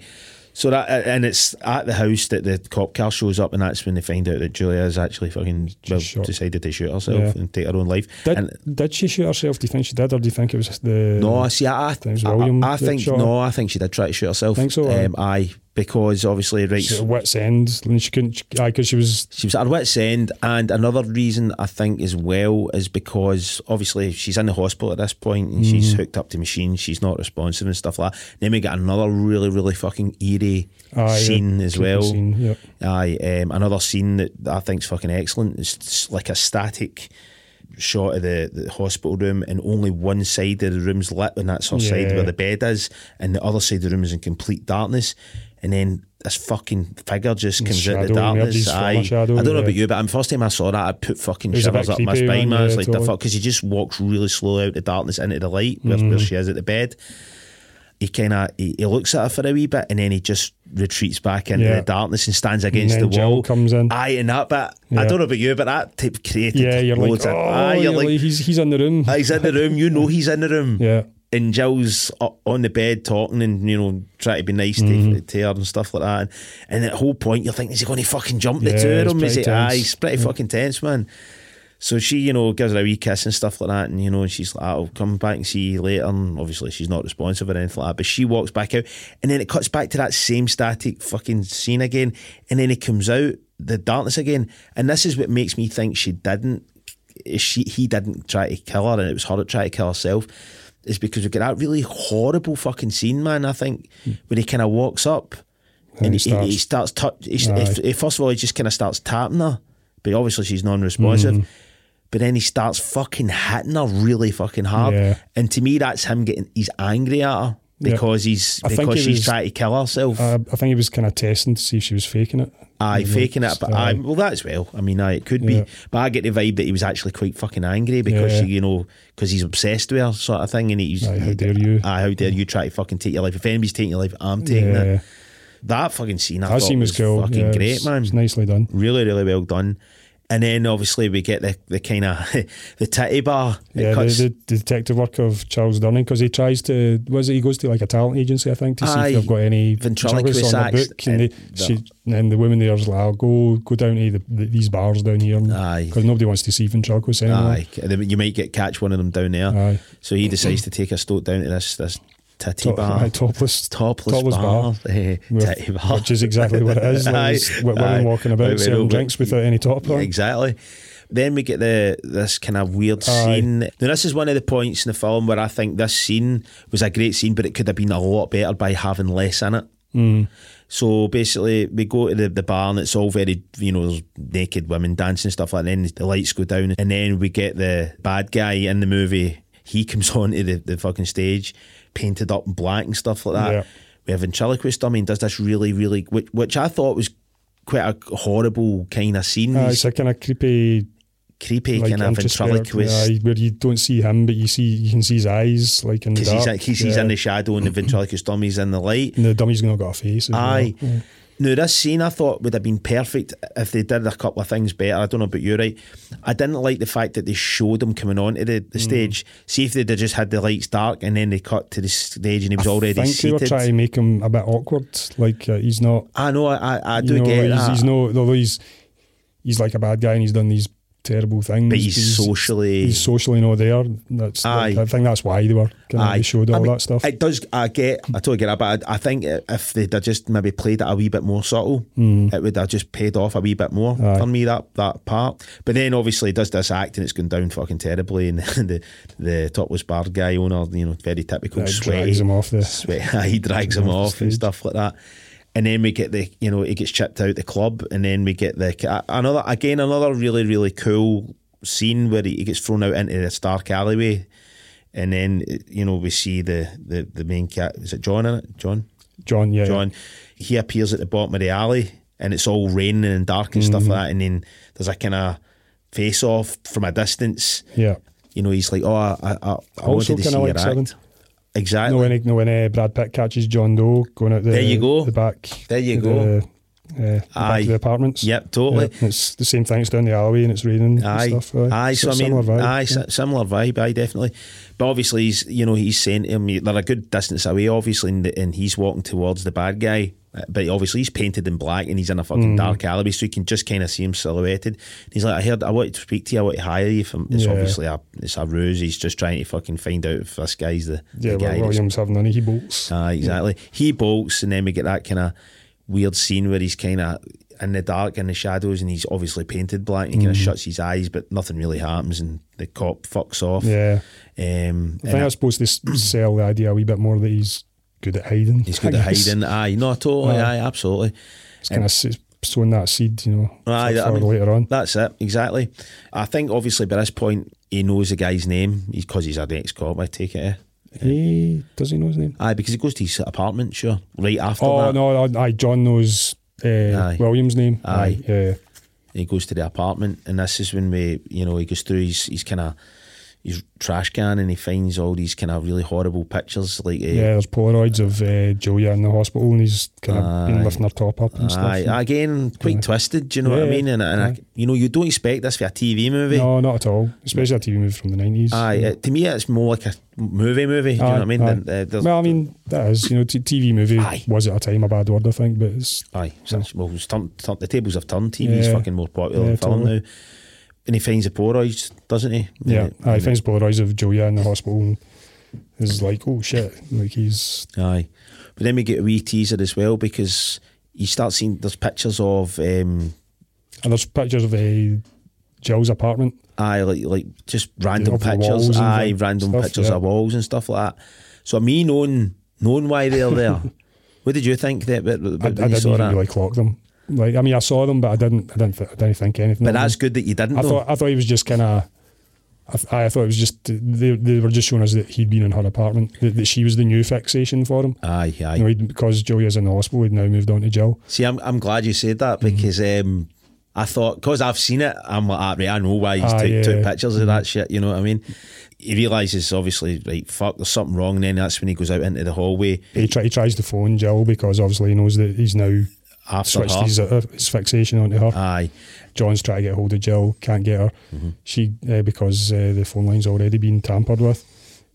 S2: So that uh, and it's at the house that the cop car shows up, and that's when they find out that Julia has actually fucking well,
S1: shot.
S2: decided to shoot herself
S1: Yeah.
S2: and take her own life.
S1: Did,
S2: and
S1: did she shoot herself? Do you think she did, or do you think it was just the?
S2: No, I see. I, I,
S1: It was Mm. William
S2: I, I
S1: that
S2: think
S1: shot
S2: no. I think she did try to shoot herself.
S1: Think so, aye.
S2: Um, aye, because obviously, right.
S1: She was at wits end, and she couldn't. She, aye, because she was.
S2: She was at her wits' end, and another reason I think as well is because obviously she's in the hospital at this point and
S1: Mm.
S2: she's hooked up to machines. She's not responsive and stuff like. that. Then we get another really, really fucking eerie
S1: Aye,
S2: scene
S1: the
S2: as
S1: creepy
S2: well.
S1: scene, yep.
S2: Aye, um, another scene that I think's fucking excellent. It's s- like a static shot of the, the hospital room, and only one side of the room's lit, and that's her side
S1: Yeah.
S2: where the bed is, and the other side of the room is in complete darkness. And then this fucking figure just comes out of the
S1: shadow
S2: darkness.
S1: emerges from
S2: Aye.
S1: a shadow,
S2: I don't know
S1: yeah.
S2: about you, but the first time I saw that, I put fucking
S1: It was a
S2: shivers
S1: bit
S2: up my
S1: creepy, man,
S2: spine, man. It's
S1: yeah,
S2: like the
S1: totally.
S2: fuck, because he just walks really slow out the darkness into the light where,
S1: Mm-hmm.
S2: where she is at the bed. He kind of he, he looks at her for a wee bit, and then he just retreats back into
S1: Yeah.
S2: the darkness and stands against
S1: then
S2: the
S1: Jill
S2: wall.
S1: comes in.
S2: Aye, and that bit. I
S1: Yeah.
S2: don't know about you, but that type created.
S1: Yeah, you're
S2: loads
S1: like,
S2: of-
S1: oh,
S2: aye, you're like,
S1: he's he's in the room.
S2: "Ah, he's in the room. You know he's in the room.
S1: Yeah.
S2: And Jill's up on the bed talking and, you know, trying to be nice to,
S1: Mm-hmm.
S2: to her and stuff like that. And, at the whole point, you're thinking, is he going to fucking jump the
S1: Yeah,
S2: two of
S1: it's
S2: them? Is
S1: pretty
S2: he? Aye,
S1: tense.
S2: he's pretty fucking tense, man. So she, you know, gives her a wee kiss and stuff like that. And, you know, she's like, "Ah, I'll come back and see you later. And obviously, she's not responsive or anything like that. But she walks back out. And then it cuts back to that same static fucking scene again. And then it comes out, the darkness again. And this is what makes me think she didn't is she he didn't try to kill her and it was her that tried to kill herself is because we've got that really horrible fucking scene, man. I think when he kind of walks up and,
S1: he
S2: Hmm. he, he,
S1: starts-
S2: starts touch. He,
S1: Aye.
S2: he, first of all, he just kind of starts tapping her, but obviously she's non-responsive. But then he starts fucking hitting her really fucking hard,
S1: Yeah.
S2: and to me, that's him getting he's angry at her
S1: Yeah.
S2: because he's
S1: I think
S2: because
S1: he
S2: she's
S1: was-
S2: trying to kill herself.
S1: I, I think he was kind of testing to see if she was faking it.
S2: Aye,
S1: You know,
S2: faking it,
S1: just,
S2: but
S1: uh,
S2: aye, well, that's well. I mean, aye, it could
S1: Yeah.
S2: be, but I get the vibe that he was actually quite fucking angry because
S1: Yeah.
S2: you know, because he's obsessed with her sort of thing, and he's
S1: Aye, how dare you.
S2: aye, how dare you try to fucking take your life? If anybody's taking your life, I'm taking
S1: yeah,
S2: it. That fucking scene, I
S1: that
S2: thought
S1: scene was cool.
S2: fucking
S1: yeah, it
S2: great,
S1: was-
S2: man.
S1: It's nicely done.
S2: Really, really well done. And then obviously we get the the kind of the titty bar. It
S1: Yeah, the,
S2: cuts-
S1: the detective work of Charles Durning because he tries to was it he goes to like a talent agency I think to see
S2: Aye,
S1: if they've got any
S2: ventriloquist
S1: ventriloquists on the
S2: acts uh,
S1: book, and,
S2: and
S1: they, she, and the woman there's like, "I'll go go down to the, the, these bars down here
S2: Aye.
S1: because nobody wants to see ventriloquists anymore."
S2: aye, and then you might get catch one of them down there.
S1: Aye.
S2: So he decides to take a stoat down to this this titty
S1: Top,
S2: bar.
S1: aye, topless,
S2: topless, bar, eh,
S1: with-
S2: titty bar.
S1: which is exactly what it is. Like,
S2: Aye,
S1: it's women
S2: aye.
S1: walking about
S2: Women
S1: selling
S2: over-
S1: drinks without any top
S2: Yeah,
S1: on.
S2: exactly. Then we get the this kind of
S1: Aye.
S2: weird scene. Now this is one of the points in the film where I think this scene was a great scene, but it could have been a lot better by having less in it.
S1: Hmm.
S2: So basically, we go to the, the bar and it's all very, you know, there's naked women dancing and stuff like that. And then the lights go down, and then we get the bad guy in the movie. He comes onto the, the fucking stage, painted up in black and stuff like that.
S1: Yeah.
S2: We have ventriloquist dummy and does this really, really, which, which I thought was quite a horrible kind of scene.
S1: Aye,
S2: These
S1: it's a kind of creepy,
S2: creepy
S1: like
S2: kind of
S1: introspect-
S2: ventriloquist
S1: aye, where you don't see him, but you see you can see his eyes, like in the
S2: because
S1: dark.
S2: he's, like, he's, he's
S1: yeah. Mm-hmm.
S2: in the shadow and the ventriloquist dummy's in the light.
S1: And the dummy's not got a face. as well.
S2: Aye. Now this scene I thought would have been perfect if they did a couple of things better. I don't know about you, right? I didn't like the fact that they showed him coming onto the,
S1: Mm.
S2: the stage. See if they'd have just had the lights dark and then they cut to the stage and he was already
S1: I think they were
S2: seated.
S1: trying to make him a bit awkward. Like uh, he's not.
S2: I know, I, I, I do
S1: you know,
S2: get
S1: he's,
S2: that,
S1: he's no. Although he's he's like a bad guy and he's done these terrible things.
S2: but he's, socially.
S1: He's socially not there. That's.
S2: Aye.
S1: I think that's why they were. Kind of,
S2: Aye.
S1: they showed
S2: I
S1: all
S2: mean,
S1: that stuff.
S2: It does. I get. I totally get that. But I, I think if they'd have just maybe played it a wee bit more subtle,
S1: Hmm.
S2: it would have just paid off a wee bit more for me that that part. But then obviously it does this act and it's gone down fucking terribly. And the the topless bar guy owner, you know, very typical
S1: It
S2: sweaty,
S1: drags him off the.
S2: sweat. he drags him
S1: Off the
S2: off and
S1: stage.
S2: stuff like that. And then we get the, you know, he gets chipped out the club, and then we get the another again another really really cool scene where he he gets thrown out into this dark alleyway, and then you know we see the the, the main cat is it John in it John
S1: John. Yeah.
S2: John he appears at the bottom of the alley and it's all raining and dark and stuff
S1: Mm.
S2: like that, and then there's a kind of face off from a distance.
S1: Yeah.
S2: You know he's like oh I I, I I
S1: Also
S2: wanted to see
S1: kinda
S2: your
S1: like Seven.
S2: act. Exactly.
S1: No, when, he- no, when uh, Brad Pitt catches John Doe going out the,
S2: There you go.
S1: the back.
S2: There you
S1: the,
S2: go.
S1: Uh, the back
S2: Aye.
S1: of the apartments.
S2: Yep, totally.
S1: Yeah, and it's the same thing. It's down the alleyway and it's raining
S2: Aye,
S1: and stuff. Aye,
S2: aye. So I mean,
S1: similar vibe,
S2: aye,
S1: yeah.
S2: si- similar vibe. Aye, definitely. But obviously, he's you know he's saying to him they're a good distance away, obviously, and, and he's walking towards the bad guy. Uh, But obviously, he's painted in black and he's in a
S1: Mm.
S2: fucking dark alleyway, so you can just kind of see him silhouetted. And he's like, "I heard, I wanted to speak to you. I want to hire you." From it's
S1: Yeah.
S2: obviously a it's a ruse. He's just trying to fucking find out if this guy's the,
S1: Yeah, well,
S2: the guy. that's-
S1: Williams having none. He bolts.
S2: Ah, exactly. He bolts, and then we get that kind of weird scene where he's kind of in the dark in the shadows, and he's obviously painted black. And he kind
S1: Mm.
S2: of shuts his eyes, but nothing really happens, and the cop fucks off.
S1: Yeah.
S2: Um,
S1: I
S2: and
S1: think I suppose they s- sell the idea a wee bit more that he's good at hiding.
S2: he's good
S1: I
S2: at
S1: guess. Uh,
S2: hiding. Aye, no, totally. Aye, absolutely.
S1: It's kind of sowing that seed, you know,
S2: Aye,
S1: for,
S2: that- I
S1: for
S2: mean-
S1: later on.
S2: That's it, exactly. I think obviously by this point he knows the guy's name because he's our ex cop. I take it. eh?
S1: He does he know his name?
S2: Aye, because he goes to his apartment, sure, right after
S1: Oh
S2: that.
S1: no, no, aye, John knows uh,
S2: Aye.
S1: Williams' name.
S2: Aye.
S1: yeah.
S2: he goes to the apartment, and this is when we, you know, he goes through his, his kind of his trash can, and he finds all these kind of really horrible pictures, like uh,
S1: Yeah, there's Polaroids of uh, Julia in the hospital, and he's kind of been lifting her top up and stuff.
S2: aye, again, quite twisted. Do you know what I
S1: Yeah,
S2: mean? And, and I, you know, you don't expect this for a TV movie.
S1: No, not at all. Especially a TV movie from the nineties.
S2: Aye, it- to me, it's more like a movie movie. Do you know what I mean? Than, uh, there's-
S1: well, I mean that is you know t- TV movie
S2: Aye.
S1: was at a time a bad word I think, but it's
S2: Aye, such, well, it's turned, turned, the tables have turned. TV's
S1: Yeah.
S2: fucking more popular
S1: Yeah,
S2: than film
S1: totally.
S2: now. And he finds the Polaroids, doesn't he?
S1: yeah.
S2: And it-
S1: Aye,
S2: and it-
S1: finds Polaroids of Julia in the hospital and is like oh shit, like he's
S2: Aye. But then we get a wee teaser as well because you start seeing there's pictures of um,
S1: and there's pictures of a uh, Jill's apartment.
S2: Aye, like like just random
S1: of the walls
S2: pictures.
S1: and
S2: Aye,
S1: thing-
S2: random
S1: stuff,
S2: pictures
S1: yeah.
S2: of walls and stuff like that. So me knowing knowing why they're there. what did you think that when
S1: I, I
S2: you
S1: didn't
S2: saw
S1: even
S2: that?
S1: really clock them. Like I mean, I saw them, but I didn't. I didn't. Th- I didn't think anything.
S2: but
S1: of them.
S2: that's good that you didn't
S1: I
S2: know.
S1: thought. I thought he was just kind of. I, th- I thought it was just they, they were just showing us that he'd been in her apartment, that, that she was the new fixation for him.
S2: aye, aye.
S1: You know, he'd, because Joey is in the hospital, he'd now moved on to Jill.
S2: See, I'm I'm glad you said that
S1: Mm-hmm.
S2: because um, I thought because I've seen it, I'm like, ah, right, I know why he's
S1: Ah,
S2: took,
S1: yeah. Mm-hmm.
S2: took pictures of that shit. You know what I mean? He realizes obviously, right, fuck, there's something wrong. And then that's when he goes out into the hallway
S1: He, try, he tries to phone Jill because obviously he knows that he's now
S2: after
S1: switched
S2: her.
S1: his, uh, his fixation onto her.
S2: aye,
S1: John's trying to get hold of Jill, can't get her.
S2: Mm-hmm.
S1: She uh, because uh, the phone line's already been tampered with.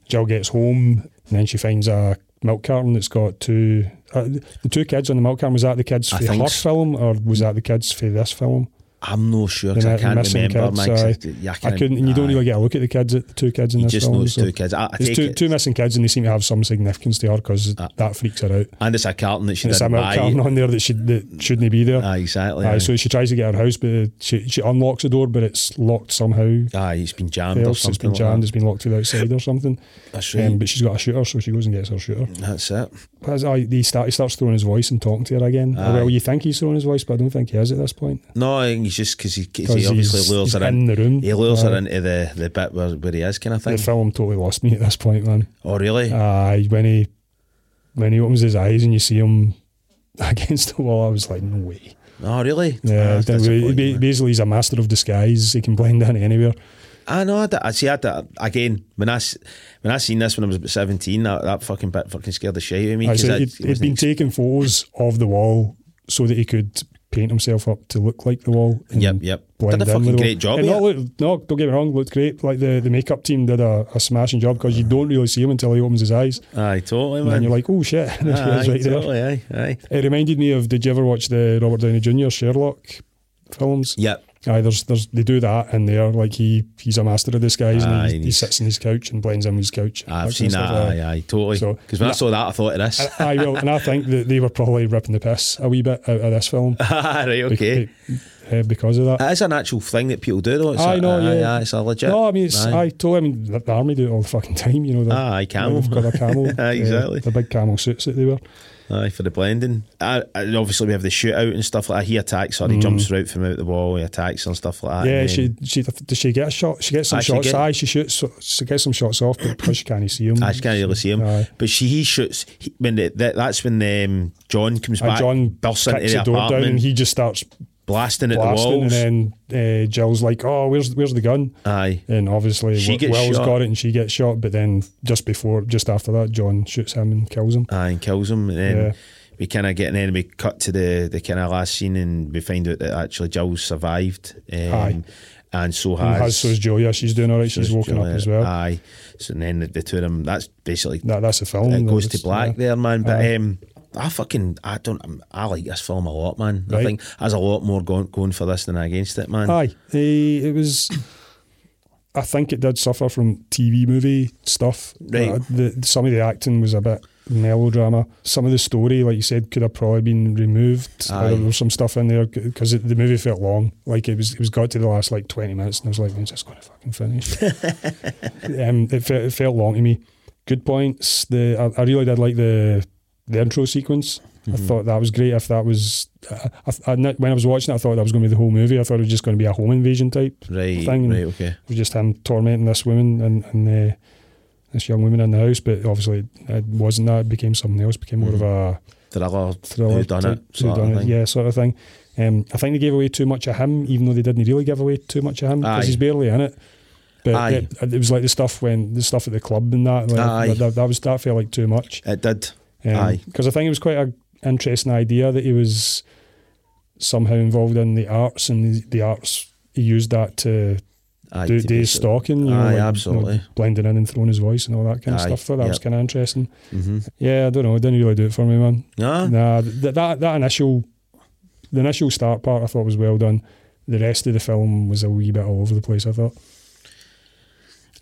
S1: Jill gets home and then she finds a milk carton that's got two uh, the two kids on the milk carton. Was that the kids
S2: I
S1: for her
S2: think so.
S1: film or was that the kids for this film?
S2: I'm no sure 'cause
S1: The
S2: I
S1: mi-
S2: can't
S1: missing
S2: remember.
S1: kids,
S2: man, 'cause I-
S1: aye.
S2: yeah,
S1: I
S2: can't-
S1: couldn't. And you don't
S2: aye.
S1: really get a look at the kids, at the two kids in
S2: You
S1: this
S2: just
S1: film.
S2: know it's
S1: so-
S2: two kids. I, I
S1: There's
S2: take
S1: two,
S2: it.
S1: two missing kids, and they seem to have some significance to her because that freaks her out.
S2: and it's a carton that she
S1: And it's a
S2: didn't
S1: milk carton
S2: buy.
S1: on there that she that shouldn't be there.
S2: Aye, exactly.
S1: Aye,
S2: Aye,
S1: so she tries to get her house, but she, she unlocks the door, but it's locked somehow.
S2: aye it's been jammed or
S1: Else
S2: something.
S1: it's been
S2: like
S1: jammed,
S2: that.
S1: it's been locked to the outside or something.
S2: That's
S1: Um,
S2: right.
S1: but she's got a shooter, so she goes and gets her shooter.
S2: That's it.
S1: But as I, he, start, he starts throwing his voice and talking to her again. Or, Well, you think he's throwing his voice, but I don't think he is at this point.
S2: No, I think he's just because he, 'cause he
S1: 'Cause
S2: obviously
S1: he's- he's
S2: lures her in.
S1: in the room.
S2: He lures her
S1: Aye.
S2: into the, the bit where, where he is, kind of thing.
S1: The film totally lost me at this point, man.
S2: oh, really?
S1: Aye, when he when he opens his eyes and you see him against the wall, I was like, no way.
S2: oh, really? Ah,
S1: Yeah,
S2: that's
S1: then we-
S2: disappointing,
S1: ba-
S2: man.
S1: basically he's a master of disguise. He can blend in anywhere.
S2: I know. I, d- I see. I, d- again, when I s- when I seen this when I was about seventeen, that, that fucking bit fucking scared the shit out of me.
S1: Aye,
S2: 'cause
S1: so
S2: I-
S1: he'd,
S2: it
S1: he'd
S2: wasn't
S1: been
S2: ex-
S1: taking photos of the wall so that he could paint himself up to look like the wall. and
S2: Yep, yep.
S1: blend
S2: Did a
S1: in with
S2: fucking
S1: the
S2: great
S1: wall.
S2: job.
S1: And
S2: with
S1: not
S2: it.
S1: look, no, don't get me wrong, looked great. Like the, the makeup team did a, a smashing job because you don't really see him until he opens his eyes.
S2: Aye, totally,
S1: And
S2: man.
S1: then you're like, oh
S2: Ah,
S1: shit. It's
S2: aye,
S1: right there.
S2: totally, aye, aye.
S1: It reminded me of did you ever watch the Robert Downey Jr. Sherlock films?
S2: Yep.
S1: Aye, there's, there's, they do that in there. Like he, he's a master of disguise,
S2: Aye,
S1: and
S2: and
S1: he, he
S2: he's-
S1: sits on his couch and blends in with his couch.
S2: I've seen that. Aye, aye, totally.
S1: uh, So-
S2: Because when I
S1: and
S2: saw that, I thought of this.
S1: I will, and I think that they were probably ripping the piss a wee bit out of this film.
S2: right,
S1: bec-
S2: okay.
S1: eh, because of that.
S2: It is an actual thing that people do, though. It's
S1: I
S2: a-
S1: know,
S2: aye,
S1: yeah.
S2: aye, it's a legit.
S1: No, I mean, it's,
S2: aye.
S1: I totally. I mean, the, the army do it all the fucking time, you know. they're-
S2: Aye, camel.
S1: They've got their camel.
S2: Aye,
S1: eh,
S2: exactly.
S1: the big camel suits that they wear.
S2: Aye, for the blending. I, and obviously, we have the shootout and stuff like that. He attacks her, he jumps her out from out the wall, he attacks her and stuff like that.
S1: Mm. yeah,
S2: and
S1: she
S2: then-
S1: she does she get a shot? She gets some
S2: Aye, she
S1: shots.
S2: get-
S1: aye, she shoots. She gets some shots off, but because she can't see him,
S2: I just can't really see him.
S1: Aye.
S2: But she, he shoots. He, when the, that, that's when um, John comes
S1: And
S2: back,
S1: John
S2: bursts
S1: kicks
S2: into the,
S1: the door down,
S2: apartment,
S1: and he just starts
S2: blasting at the
S1: blasting,
S2: walls.
S1: and then uh, Jill's like, "Oh, where's where's the gun?"
S2: Aye.
S1: And obviously, Wi-
S2: She gets
S1: Will's
S2: shot.
S1: got it, and she gets shot. But then, just before, just after that, John shoots him and kills him.
S2: Aye, and kills him. And then
S1: Yeah.
S2: we kind of get, and then we cut to the, the kind of last scene, and we find out that actually Jill survived. Um,
S1: Aye.
S2: And so
S1: And has so is Julia. She's doing all right.
S2: so
S1: She's
S2: is
S1: woken
S2: Juliet.
S1: up as well.
S2: Aye. So and then the, the two of them, that's basically
S1: that, that's the film.
S2: it goes to
S1: That's-
S2: black
S1: yeah.
S2: there, man. But um, I fucking I don't I like this film a lot, man. I
S1: Right.
S2: think there's a lot more going going for this than against it, man.
S1: Aye, eh, it was. I think it did suffer from TV movie stuff.
S2: Right.
S1: Uh, the, some of the acting was a bit melodrama. Some of the story, like you said, could have probably been removed. Uh,
S2: Aye.
S1: there was some stuff in there because the movie felt long. Like it was, it was got to the last like twenty minutes, and I was like, "When's this going to fucking finish?" um, it, felt, it felt long to me. Good points. The I, I really did like the the intro sequence. I thought that was great. If that was, I, I, I, when I was watching it, I thought that was going to be the whole movie. I thought it was just going to be a home invasion type
S2: Right,
S1: thing. and
S2: right, okay.
S1: It was just him tormenting this woman and, and uh, this young woman in the house, but obviously it wasn't that. It became something else. It became more of a
S2: Thriller,
S1: thriller.
S2: who done it,
S1: type-
S2: sort
S1: whodunit,
S2: of thing.
S1: yeah, sort of thing. Um, I think they gave away too much of him, even though they didn't really give away too much of him
S2: Aye.
S1: because he's barely in it. But
S2: Aye.
S1: it, it was like the stuff when the stuff at the club and that. like,
S2: Aye.
S1: that, that was that felt like too much.
S2: It did. Aye.
S1: Because I think it was quite an interesting idea that he was somehow involved in the arts and the, the arts. He used that to
S2: Aye,
S1: do
S2: to
S1: day's
S2: be-
S1: stalking. You know,
S2: Aye,
S1: like, you know,
S2: absolutely.
S1: blending in and throwing his voice and all that kind of
S2: Aye,
S1: stuff. Thought that was
S2: yep.
S1: kind of interesting.
S2: Mm-hmm.
S1: Yeah, I don't know. It didn't really do it for me, man.
S2: No?
S1: Nah, th- that, that initial, the initial start part I thought was well done. The rest of the film was a wee bit all over the place, I thought.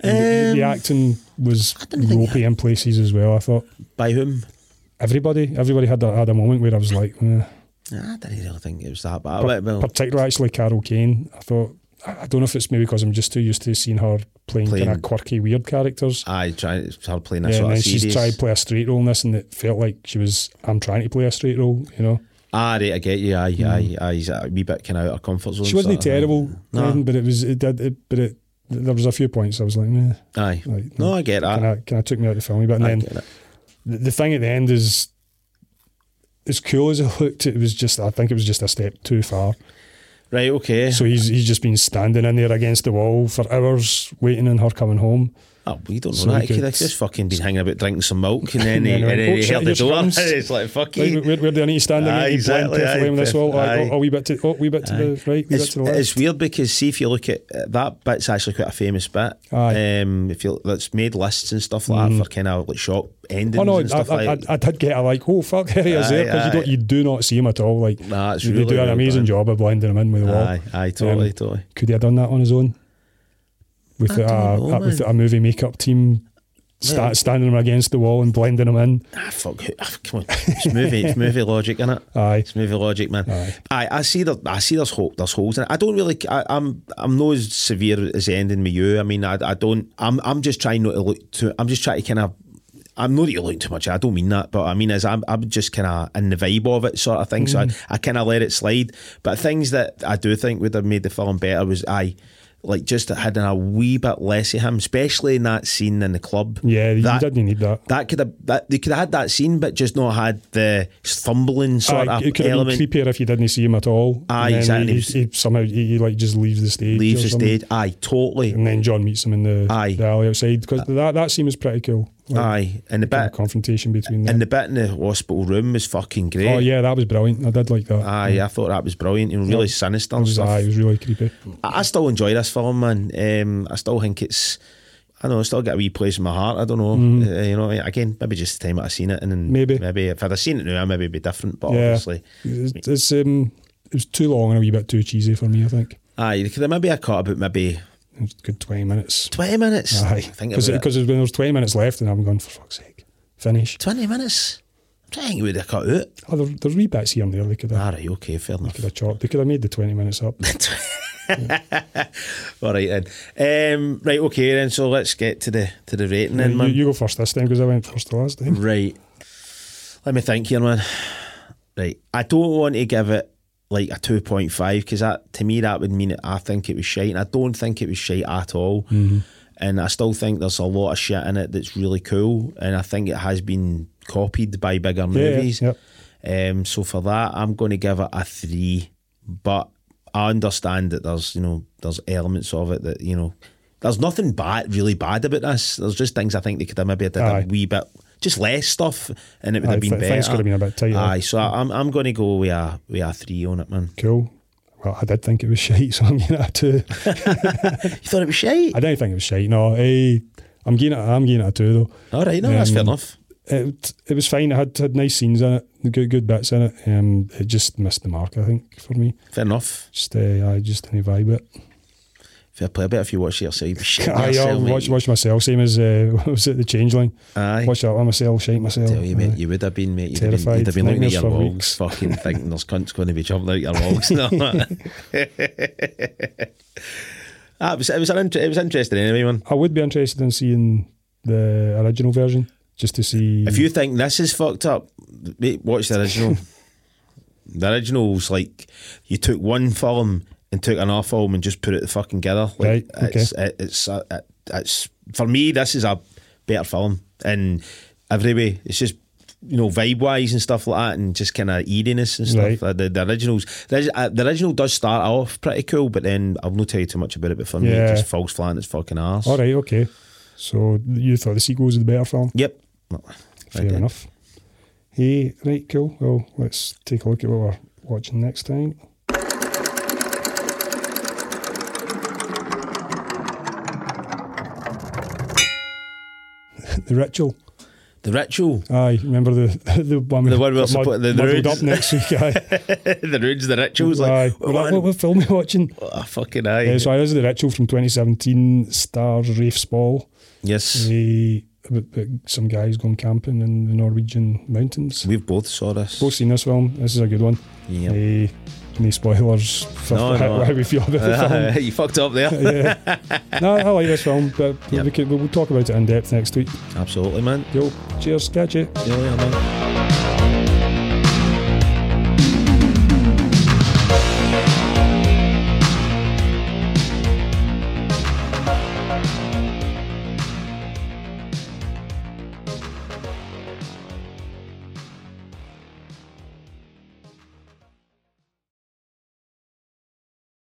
S1: And the-
S2: Um,
S1: the, acting was ropey in places as well, I thought
S2: Um, By whom?
S1: everybody everybody had a, had a moment where I was like, eh.
S2: Nah, I didn't really think it was that bad.
S1: Par-
S2: Well,
S1: particularly actually Carol Kane. I thought I I don't know if it's maybe because I'm just too used to seeing her playing,
S2: Playing- Ah,
S1: kind of quirky, weird characters.
S2: I try her playing
S1: Yeah, and
S2: that sort
S1: then
S2: of
S1: she's
S2: serious.
S1: tried to play a straight role in this, and it felt like she was. I'm trying to play a straight role, you know.
S2: Ah, right, I get you. Aye, aye, aye. He's a wee bit kind of out of comfort zone.
S1: Hmm. She wasn't
S2: sort of thing.
S1: terrible,
S2: No.
S1: Gordon, but it was. It did. It, but it. There was a few points I was like, meh,
S2: Aye.
S1: Like,
S2: no, I get that.
S1: kind of kind of took me out of the film. But and
S2: Ah. I
S1: then
S2: get it.
S1: the, the thing at the end is, as cool as it looked, it was just. I think it was just a step too far.
S2: Right, okay.
S1: So he's he's just been standing in there against the wall for hours, waiting on her coming home.
S2: oh, we don't
S1: so
S2: know
S1: he
S2: that. He could
S1: could-
S2: have just fucking been hanging about drinking some milk and then,
S1: And
S2: he,
S1: then
S2: and
S1: he went,
S2: then
S1: "Oh,
S2: he
S1: shit,
S2: held the
S1: here she
S2: door.
S1: comes."
S2: it's like, fuck
S1: Like,
S2: you.
S1: where, where do I need to stand?
S2: Aye,
S1: I need to blend
S2: Ah, exactly,
S1: perfectly
S2: aye,
S1: on this wall. Oh,
S2: aye.
S1: Oh, oh, wee bit to, oh, wee bit to the right, wee bit
S2: It's,
S1: to the left.
S2: it's weird because see if you look at uh, that bit's actually quite a famous bit.
S1: Aye. Hmm.
S2: Um, if you that's made lists and stuff like that for kind of like shop endings
S1: Oh no,
S2: and
S1: I,
S2: stuff
S1: I,
S2: like.
S1: I, I did get a like, oh fuck, here he is there because
S2: Aye,
S1: you don't
S2: aye.
S1: you do not see him at all. Like
S2: Nah, it's
S1: they
S2: really
S1: do an
S2: well
S1: amazing
S2: done.
S1: job of blending him in with the wall.
S2: Aye, aye, totally,
S1: Um,
S2: totally.
S1: Could he have done that on his own? With
S2: I
S1: a,
S2: don't know,
S1: a- with
S2: man.
S1: a movie makeup team sta-
S2: Well-
S1: standing him against the wall and blending him in.
S2: Ah, fuck! it. Ah, Come on, it's movie, it's movie logic, innit?
S1: Aye.
S2: it's movie logic, man.
S1: Aye.
S2: Aye, I see there, I see there's hope, there's holes, and I don't really, I, I'm, I'm not as severe as the ending with you. I mean, I, I don't, I'm, I'm just trying not to look to, I'm just trying to kind of. I'm not that you're looking too much. I don't mean that, but I mean is I'm, I'm just kind of in the vibe of it, sort of thing. So
S1: Mm.
S2: I, I kind of let it slide. But things that I do think would have made the film better was I, like, just had a wee bit less of him, especially in that scene in the club.
S1: Yeah, you
S2: That-
S1: didn't need that.
S2: that could have that they could have had that scene, but just not had the stumbling sort
S1: Aye,
S2: of
S1: it could have been
S2: element.
S1: creepier if you didn't see him at all.
S2: Aye,
S1: and then
S2: exactly.
S1: He, he, he somehow he, he, like just leaves the stage.
S2: Leaves
S1: or
S2: the
S1: something.
S2: stage. Aye, totally.
S1: and then John meets him in the,
S2: Aye. Uh,
S1: the alley outside because that that scene was pretty cool. Like,
S2: Aye, and the
S1: kind of
S2: bit
S1: confrontation between them.
S2: and the bit in the hospital room was fucking great.
S1: oh yeah, that was brilliant. I did like that.
S2: Aye, I thought that was brilliant and really sinister and
S1: was,
S2: Ah, stuff.
S1: aye, it was really creepy.
S2: I, I still enjoy this film, man. Um, I still think it's. I don't know. I still got a wee place in my heart. I don't know. Uh, you know. Again, maybe just the time that I seen it, and then
S1: Mm-hmm. Maybe.
S2: maybe if I'd have seen it now, I maybe it'd be different. But
S1: yeah,
S2: obviously,
S1: it's, it's um, it was too long and a wee bit too cheesy for me. I think
S2: aye, because there maybe I caught about maybe
S1: it was a good twenty minutes.
S2: twenty minutes.
S1: Aye,
S2: think
S1: because
S2: about it.
S1: because when there was twenty minutes left, and I'm going for fuck's sake, finish.
S2: 20 minutes? I'm trying to think would have cut out.
S1: Oh, there, there's wee bits here and there. They could have,
S2: All right, okay, fair enough.
S1: could have chopped. They could have made the twenty minutes up.
S2: All right then. Um, right, okay then. So let's get to the to the rating then,
S1: you,
S2: man.
S1: you go first this time because I went first the last time.
S2: Right. Let me think here, man. Right, I don't want to give it like a two point five because that to me that would mean it, I think it was shite, and I don't think it was shite at all.
S1: Mm-hmm.
S2: And I still think there's a lot of shit in it that's really cool, and I think it has been copied by bigger
S1: yeah,
S2: movies.
S1: yep.
S2: Um, so for that, I'm going to give it a three. But I understand that there's you know there's elements of it that you know there's nothing bad really bad about this. There's just things I think they could have maybe did
S1: Aye.
S2: a wee bit just less stuff, and it would
S1: Aye,
S2: have been
S1: th-
S2: better.
S1: things could have been a bit tighter.
S2: Aye, so I, I'm I'm going to go with a with a three on it, man.
S1: Cool. Well, I did think it was shite, so I'm giving it a two.
S2: You thought it was shite?
S1: I didn't think it was shite. No, eh, I'm giving it. I'm giving it a two though.
S2: All right, no, that's
S1: Um,
S2: fair enough.
S1: it it was fine. It had had nice scenes in it, good good bits in it. Um, it just missed the mark, I think, for me.
S2: Fair enough.
S1: Just uh, I just didn't vibe it.
S2: Fair play. I bet if you watch it yourself, you'd be shitting
S1: I uh,
S2: yourself, mate.
S1: watch watch myself. Same as uh, what was it the changeling?
S2: Aye.
S1: Watch that one myself. Shake myself.
S2: Tell you, mate,
S1: Aye.
S2: you would have been, mate. You'd have been,
S1: Terrified,
S2: you'd have been looking at
S1: nightmares
S2: your
S1: for
S2: walls,
S1: weeks.
S2: fucking thinking there's cunts going to be jumping out your walls. No. Ah, it was it was, an, inter- it was interesting anyway, man.
S1: I would be interested in seeing the original version just to see.
S2: If you think this is fucked up, mate, watch the original. the original's like you took one film and took another film and just put it fucking together. Like,
S1: Right, okay.
S2: It's it, it's uh, it, it's for me. This is a better film in every way. It's just. You know, vibe wise and stuff like that, and just kind of eeriness and stuff.
S1: Right.
S2: Uh, The, the originals, the, orig- uh, the original does start off pretty cool, but then I'll not tell you too much about it. But for me,
S1: Yeah.
S2: it just falls flat in its fucking ass.
S1: all right, okay. So you thought the sequel was the better film?
S2: Yep.
S1: Fair
S2: did.
S1: enough. Hey, right, cool. Well, let's take a look at what we're watching next time. The ritual.
S2: The ritual.
S1: Aye, remember the the one we
S2: The one we were
S1: got
S2: suppo- the- the
S1: muddled
S2: roads.
S1: up next week. Aye,
S2: the runes, the rituals. Like,
S1: aye.
S2: "Oh,
S1: Well,
S2: man,
S1: that- what, what film are we watching?
S2: Oh, fucking aye.
S1: Yeah, so I was the ritual from 2017. Stars Rafe Spall.
S2: yes,
S1: The about, about some guys going camping in the Norwegian mountains.
S2: we've both saw this.
S1: both seen this film. This is a good one.
S2: Yeah.
S1: Eh, Any spoilers for
S2: No,
S1: how,
S2: no.
S1: how we feel about the film?
S2: you fucked up there.
S1: yeah. No, I like this film, but we
S2: Yep.
S1: can, we'll talk about it in depth next week.
S2: Absolutely, man.
S1: Yo, cheers, catch you.
S2: Yeah, yeah, man.